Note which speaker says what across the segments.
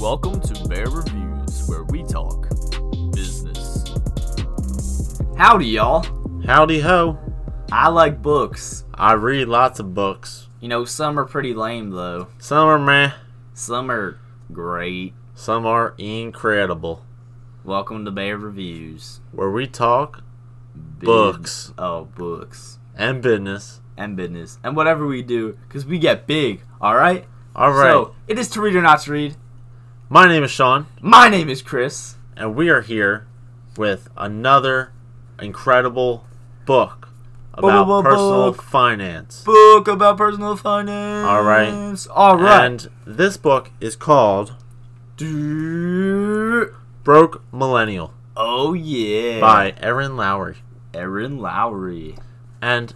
Speaker 1: Welcome to Bear Reviews, where we talk business. Howdy, y'all.
Speaker 2: Howdy ho.
Speaker 1: I like books.
Speaker 2: I read lots of books.
Speaker 1: You know, some are pretty lame, though.
Speaker 2: Some are meh,
Speaker 1: Some are great.
Speaker 2: some are incredible.
Speaker 1: Welcome to Bear Reviews.
Speaker 2: Where we talk
Speaker 1: Big-
Speaker 2: Books.
Speaker 1: Oh, books.
Speaker 2: and business.
Speaker 1: And business. And whatever we do, because we get big, alright?
Speaker 2: All right.
Speaker 1: So, it is to read or not to read.
Speaker 2: My name is Sean,
Speaker 1: My name is Chris.
Speaker 2: and we are here with another incredible book
Speaker 1: Book,
Speaker 2: about
Speaker 1: book,
Speaker 2: personal
Speaker 1: book.
Speaker 2: finance.
Speaker 1: Book about personal finance.
Speaker 2: Alright.
Speaker 1: Alright.
Speaker 2: And this book is called
Speaker 1: Dude.
Speaker 2: Broke Millennial
Speaker 1: Oh, yeah.
Speaker 2: by Erin Lowry.
Speaker 1: Erin Lowry.
Speaker 2: And,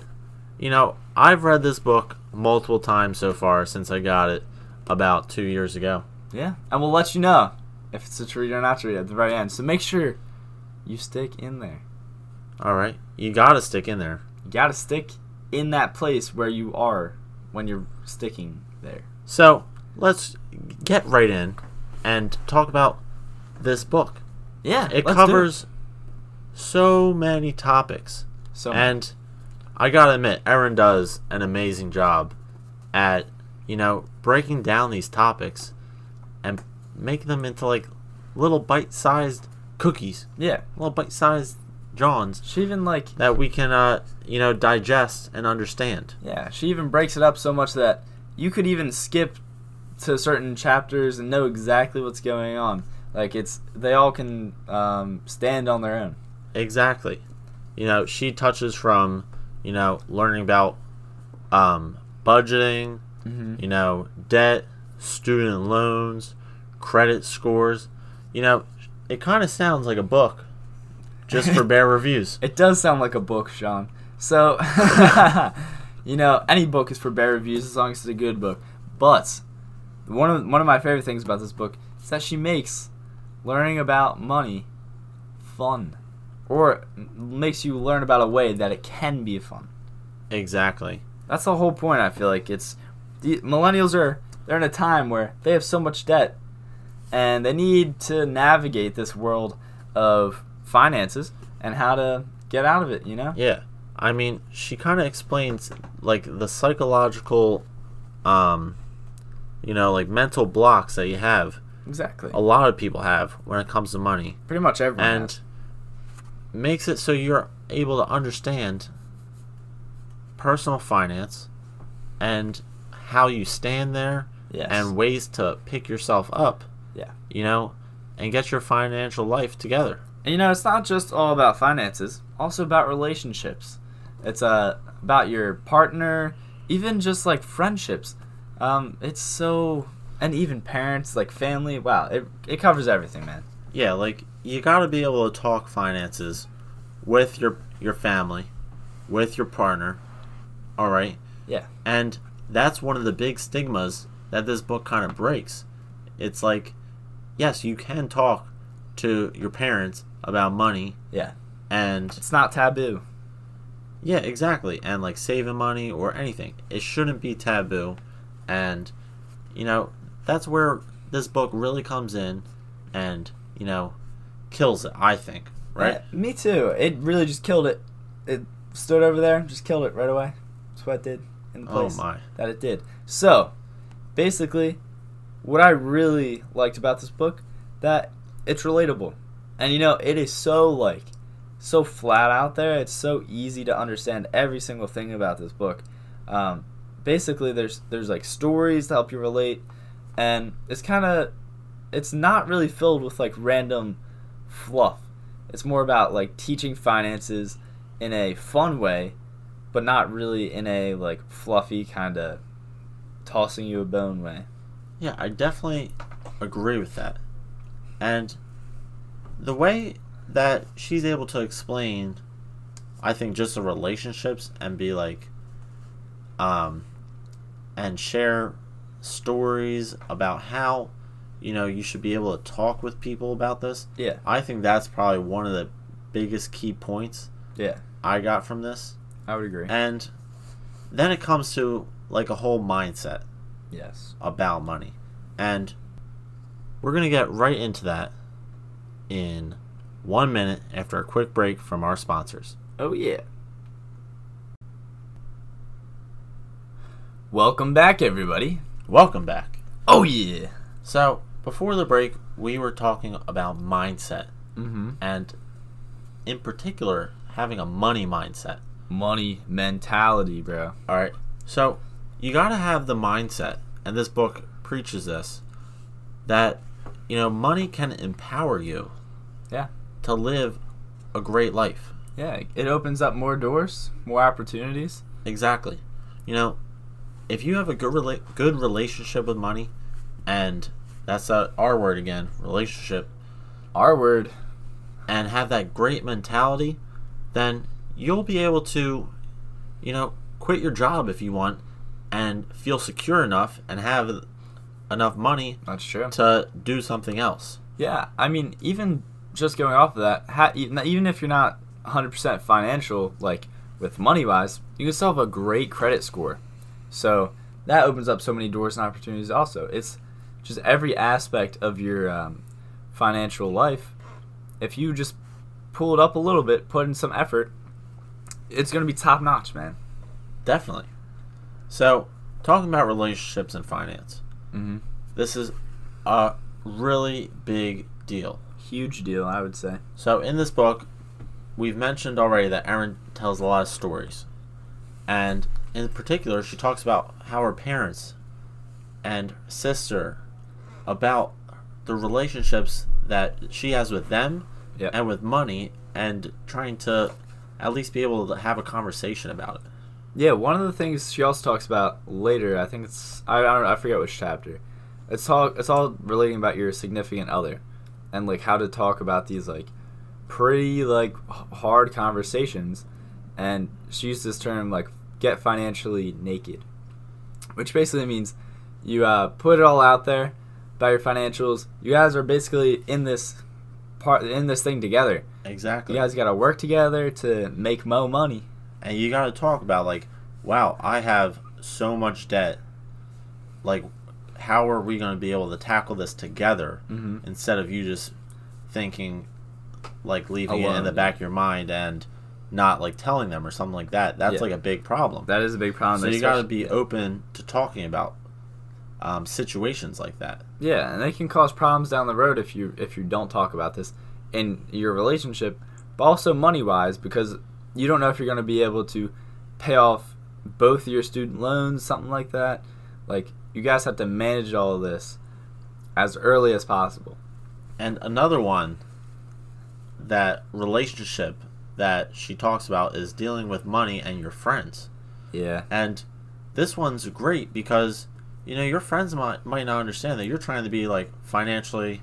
Speaker 2: you know, I've read this book multiple times so far since I got it about two years ago.
Speaker 1: Yeah, and we'll let you know if it's a treat or not treat at the very end. So make sure you stick in there.
Speaker 2: All right. You got to stick in there.
Speaker 1: You gotta stick in that place where you are when you're sticking there.
Speaker 2: So let's get right in and talk about this book.
Speaker 1: Yeah,
Speaker 2: It
Speaker 1: let's do
Speaker 2: covers so many topics,
Speaker 1: So
Speaker 2: and I gotta admit, Erin does an amazing job at you know breaking down these topics and making them into like little bite-sized cookies,
Speaker 1: yeah,
Speaker 2: little bite-sized Johns
Speaker 1: she even like
Speaker 2: that we can uh you know digest and understand.
Speaker 1: yeah, she even breaks it up so much that you could even skip to certain chapters and know exactly what's going on. Like it's they all can um, stand on their own.
Speaker 2: Exactly. You know, she touches from, you know, learning about um, budgeting,
Speaker 1: Mm-hmm.
Speaker 2: you know, debt, student loans, credit scores. You know, it kind of sounds like a book just for bare reviews.
Speaker 1: It does sound like a book, Sean. So, you know, any book is for bear reviews as long as it's a good book. But one of one of my favorite things about this book is that she makes learning about money fun, or m- makes you learn about a way that it can be fun.
Speaker 2: Exactly.
Speaker 1: That's the whole point. I feel like it's the millennials are they're in a time where they have so much debt, and they need to navigate this world of finances and how to get out of it. You know.
Speaker 2: Yeah. I mean, she kind of explains like the psychological um you know, like mental blocks that you have.
Speaker 1: Exactly.
Speaker 2: A lot of people have when it comes to money.
Speaker 1: Pretty much everyone.
Speaker 2: and
Speaker 1: has.
Speaker 2: makes it so you're able to understand personal finance and how you stand there
Speaker 1: yes.
Speaker 2: and ways to pick yourself up.
Speaker 1: Yeah.
Speaker 2: You know, and get your financial life together.
Speaker 1: And, you know, it's not just all about finances, also about relationships. It's uh, about your partner, even just like friendships. Um, it's so, and even parents, like family. Wow, it, it covers everything, man.
Speaker 2: Yeah, like you got to be able to talk finances with your your family, with your partner. All right?
Speaker 1: Yeah.
Speaker 2: And that's one of the big stigmas that this book kind of breaks. It's like, yes, you can talk to your parents about money.
Speaker 1: Yeah.
Speaker 2: And
Speaker 1: It's not taboo.
Speaker 2: yeah, exactly. And like saving money or anything. It shouldn't be taboo. And, you know, that's where this book really comes in and, you know, kills it, I think. Right?
Speaker 1: Yeah, me too. It really just killed it. It stood over there, just killed it right away. That's what it did in the
Speaker 2: oh
Speaker 1: place.
Speaker 2: my.
Speaker 1: that it did. So, basically, what I really liked about this book that it's relatable. And you know, it is so like so flat out there. It's so easy to understand every single thing about this book. Um, basically, there's there's like stories to help you relate, and it's kind of it's not really filled with like random fluff. It's more about like teaching finances in a fun way, but not really in a like fluffy kind of tossing you a bone way.
Speaker 2: Yeah, I definitely agree with that. And the way that she's able to explain, I think, just the relationships and be like, um, and share stories about how, you know, you should be able to talk with people about this.
Speaker 1: Yeah.
Speaker 2: I think that's probably one of the biggest key points
Speaker 1: Yeah,
Speaker 2: I got from this.
Speaker 1: I would agree.
Speaker 2: And then it comes to like a whole mindset
Speaker 1: yes.
Speaker 2: about money. And We're going to get right into that in one minute after a quick break from our sponsors.
Speaker 1: Oh, yeah. Welcome back, everybody.
Speaker 2: Welcome back.
Speaker 1: Oh, yeah.
Speaker 2: So, before the break, we were talking about mindset
Speaker 1: Mm-hmm.
Speaker 2: and, in particular, having a money mindset.
Speaker 1: Money mentality, bro.
Speaker 2: All right. So, you got to have the mindset, and this book preaches this that, you know, money can empower you
Speaker 1: Yeah.
Speaker 2: to live a great life.
Speaker 1: Yeah. It opens up more doors, more opportunities.
Speaker 2: Exactly. You know, if you have a good rela- good relationship with money, and that's that R word again, relationship,
Speaker 1: R word.
Speaker 2: and have that great mentality, then you'll be able to, you know, quit your job if you want, and feel secure enough and have enough money
Speaker 1: That's true.
Speaker 2: to do something else.
Speaker 1: Yeah, I mean, even just going off of that, ha- even even if you're not 100% financial, like with money wise, you can still have a great credit score. So that opens up so many doors and opportunities. Also, it's just every aspect of your um, financial life. If you just pull it up a little bit, put in some effort, it's gonna be top notch, man.
Speaker 2: Definitely. So, talking about relationships and finance,
Speaker 1: Mm-hmm.
Speaker 2: this is a really big deal.
Speaker 1: Huge deal, I would say.
Speaker 2: So in this book, we've mentioned already that Erin tells a lot of stories, and in particular, she talks about how her parents and sister about the relationships that she has with them
Speaker 1: Yeah.
Speaker 2: and with money, and trying to at least be able to have a conversation about it.
Speaker 1: Yeah, one of the things she also talks about later, I think it's I I, don't, I forget which chapter. It's all it's all relating about your significant other, and like how to talk about these like pretty like h- hard conversations, and she used this term like get financially naked, which basically means you uh, put it all out there about your financials. You guys are basically in this part in this thing together.
Speaker 2: Exactly.
Speaker 1: You guys got to work together to make mo money.
Speaker 2: and you got to talk about like wow i have so much debt like how are we going to be able to tackle this together
Speaker 1: Mhm.
Speaker 2: instead of you just thinking like leaving it in
Speaker 1: Alone.
Speaker 2: the back of your mind and not like telling them or something like that that's
Speaker 1: Yeah.
Speaker 2: like a big problem
Speaker 1: That is a big problem.
Speaker 2: so you got to
Speaker 1: especially-
Speaker 2: be open to talking about um, situations like that
Speaker 1: Yeah, and they can cause problems down the road if you if you don't talk about this in your relationship, but also money wise because you don't know if you're going to be able to pay off both your student loans, something like that. Like you guys have to manage all of this as early as possible.
Speaker 2: and another one that relationship that she talks about is dealing with money and your friends
Speaker 1: Yeah,
Speaker 2: And this one's great because you know your friends might might not understand that you're trying to be like financially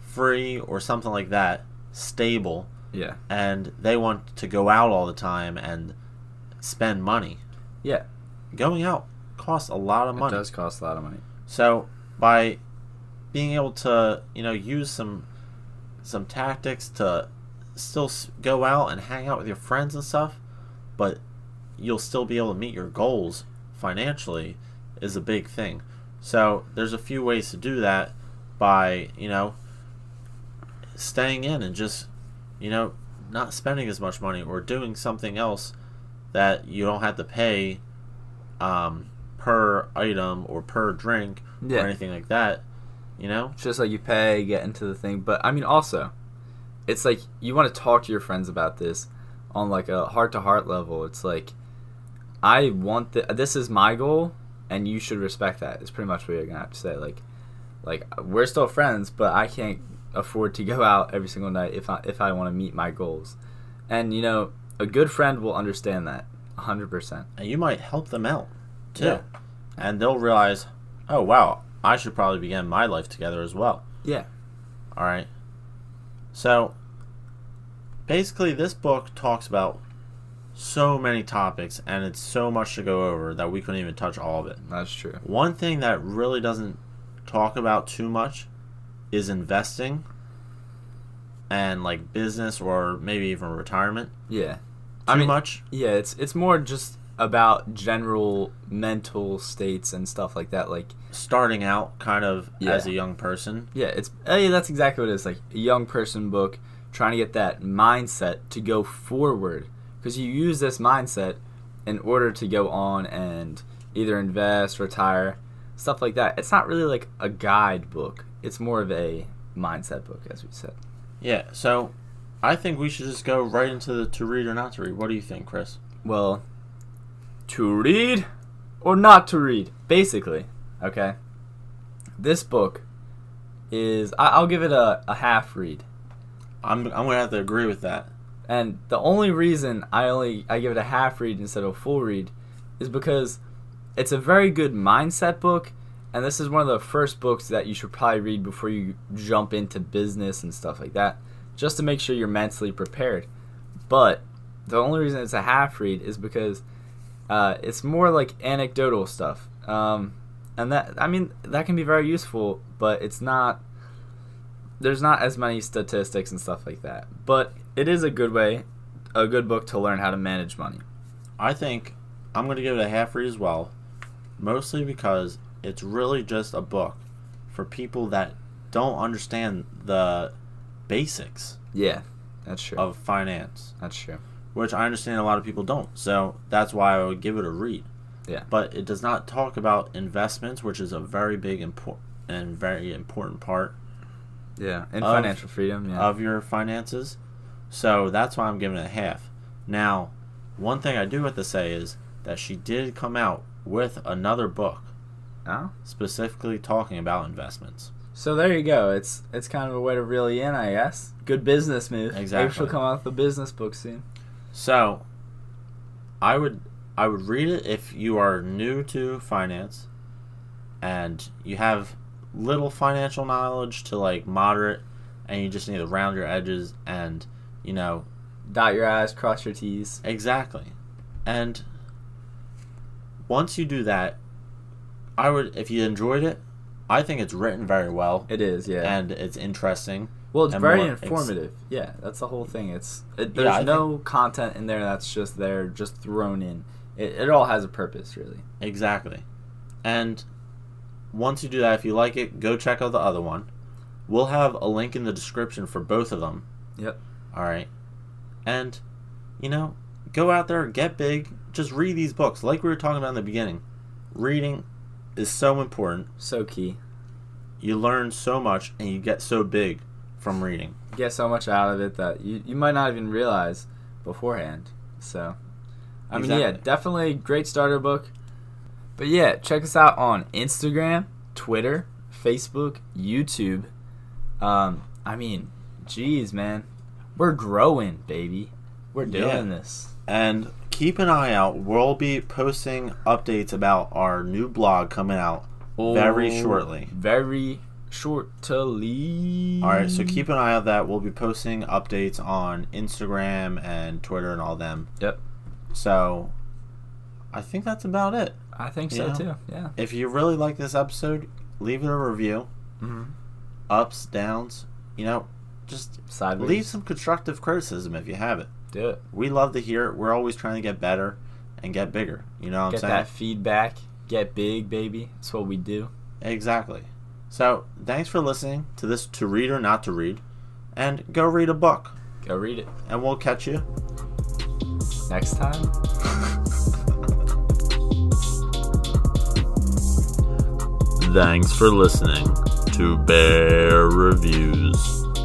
Speaker 2: free or something like that, stable,
Speaker 1: yeah,
Speaker 2: and they want to go out all the time and spend money.
Speaker 1: yeah.
Speaker 2: Going out costs a lot of money.
Speaker 1: It does cost a lot of money.
Speaker 2: So by being able to, you know, use some some tactics to still s- go out and hang out with your friends and stuff, but you'll still be able to meet your goals financially is a big thing. So there's a few ways to do that by, you know, staying in and just, you know, not spending as much money or doing something else that you don't have to pay um, per item or per drink
Speaker 1: Yeah.
Speaker 2: or anything like that. You know?
Speaker 1: It's just like you pay, get into the thing. But I mean, also, it's like you want to talk to your friends about this on like a heart to heart level. It's like I want th- this is my goal, and you should respect that. It's pretty much what you're gonna have to say. Like, like we're still friends, but I can't afford to go out every single night if I if I want to meet my goals. And you know, a good friend will understand that 100%.
Speaker 2: And you might help them out too.
Speaker 1: Yeah.
Speaker 2: And they'll realize, oh, wow, I should probably be getting my life together as well.
Speaker 1: Yeah.
Speaker 2: All right. So basically, this book talks about so many topics and it's so much to go over that we couldn't even touch all of it.
Speaker 1: That's true.
Speaker 2: One thing that really doesn't talk about too much is investing and like business or maybe even retirement.
Speaker 1: Yeah.
Speaker 2: Too
Speaker 1: I mean,
Speaker 2: much.
Speaker 1: Yeah, it's it's more just about general mental states and stuff like that. Like,
Speaker 2: starting out kind of
Speaker 1: Yeah.
Speaker 2: as a young person.
Speaker 1: yeah, it's oh, yeah, that's exactly what it is. Like a young person book trying to get that mindset to go forward because you use this mindset in order to go on and either invest, retire, stuff like that. It's not really like a guide book. It's more of a mindset book, as we said.
Speaker 2: Yeah, so I think we should just go right into the to read or not to read. What do you think, Chris?
Speaker 1: Well, to read or not to read, basically. Okay. This book is I, I'll give it a, a half read.
Speaker 2: I'm I'm gonna have to agree with that.
Speaker 1: And the only reason I only I give it a half read instead of a full read is because it's a very good mindset book and this is one of the first books that you should probably read before you jump into business and stuff like that just to make sure you're mentally prepared. But the only reason it's a half read is because uh, it's more like anecdotal stuff. Um, and that I mean that can be very useful, but it's not there's not as many statistics and stuff like that. But it is a good way, a good book to learn how to manage money.
Speaker 2: I think I'm gonna give it a half read as well, mostly because it's really just a book for people that don't understand the basics
Speaker 1: Yeah, that's true.
Speaker 2: of finance,
Speaker 1: That's true.
Speaker 2: which I understand a lot of people don't. So that's why I would give it a read.
Speaker 1: Yeah.
Speaker 2: But it does not talk about investments, which is a very big important and very important part
Speaker 1: Yeah, and
Speaker 2: Of-
Speaker 1: financial freedom. Yeah.
Speaker 2: of your finances. So that's why I'm giving it a half. Now, one thing I do have to say is that she did come out with another book
Speaker 1: oh.
Speaker 2: specifically talking about investments.
Speaker 1: So there you go. It's it's kind of a way to reel you in, I guess. Good business move. Maybe she'll
Speaker 2: Exactly.
Speaker 1: come out with a business book soon.
Speaker 2: So I would I would read it if you are new to finance and you have little financial knowledge to like moderate and you just need to round your edges and you know
Speaker 1: Dot your I's, cross your T's.
Speaker 2: Exactly. And once you do that, I would if you enjoyed it, I think it's written very well
Speaker 1: It is, yeah.
Speaker 2: and it's interesting.
Speaker 1: well, it's
Speaker 2: and
Speaker 1: very
Speaker 2: more ex-
Speaker 1: informative. yeah, that's the whole thing. It's it,
Speaker 2: Yeah,
Speaker 1: there's
Speaker 2: I
Speaker 1: no content in there that's just there, just thrown in. It, it all has a purpose, really.
Speaker 2: Exactly. And once you do that, if you like it, go check out the other one. We'll have a link in the description for both of them.
Speaker 1: Yep.
Speaker 2: All right. And you know, go out there, get big, just read these books like we were talking about in the beginning. Reading is so important.
Speaker 1: So key.
Speaker 2: you learn so much and you get so big from reading.
Speaker 1: get so much out of it that you, you might not even realize beforehand. So, I mean, yeah,
Speaker 2: Exactly.
Speaker 1: definitely great starter book. But yeah, check us out on Instagram, Twitter, Facebook, YouTube. Um, I mean, geez, man, we're growing, baby. We're doing
Speaker 2: Yeah.
Speaker 1: this.
Speaker 2: And keep an eye out. We'll be posting updates about our new blog coming out very
Speaker 1: Oh,
Speaker 2: shortly.
Speaker 1: Very shortly.
Speaker 2: All right, so keep an eye out that we'll be posting updates on Instagram and Twitter and all them.
Speaker 1: Yep.
Speaker 2: So I think that's about it.
Speaker 1: I think so
Speaker 2: Yeah.
Speaker 1: too. Yeah.
Speaker 2: If you really like this episode, leave it a review. Mm-hmm.
Speaker 1: Mhm.
Speaker 2: Ups, downs, you know, just
Speaker 1: Sideways.
Speaker 2: leave some constructive criticism if you have it.
Speaker 1: Do it.
Speaker 2: we love to hear it. We're always trying to get better and get bigger. You know what
Speaker 1: Get
Speaker 2: I'm
Speaker 1: that feedback. Get big, baby. That's what we do.
Speaker 2: saying? Exactly. So, thanks for listening to this To Read or Not to Read. And go read a book.
Speaker 1: Go read it.
Speaker 2: And we'll catch you.
Speaker 1: Next time.
Speaker 2: Thanks for listening to Bear Reviews.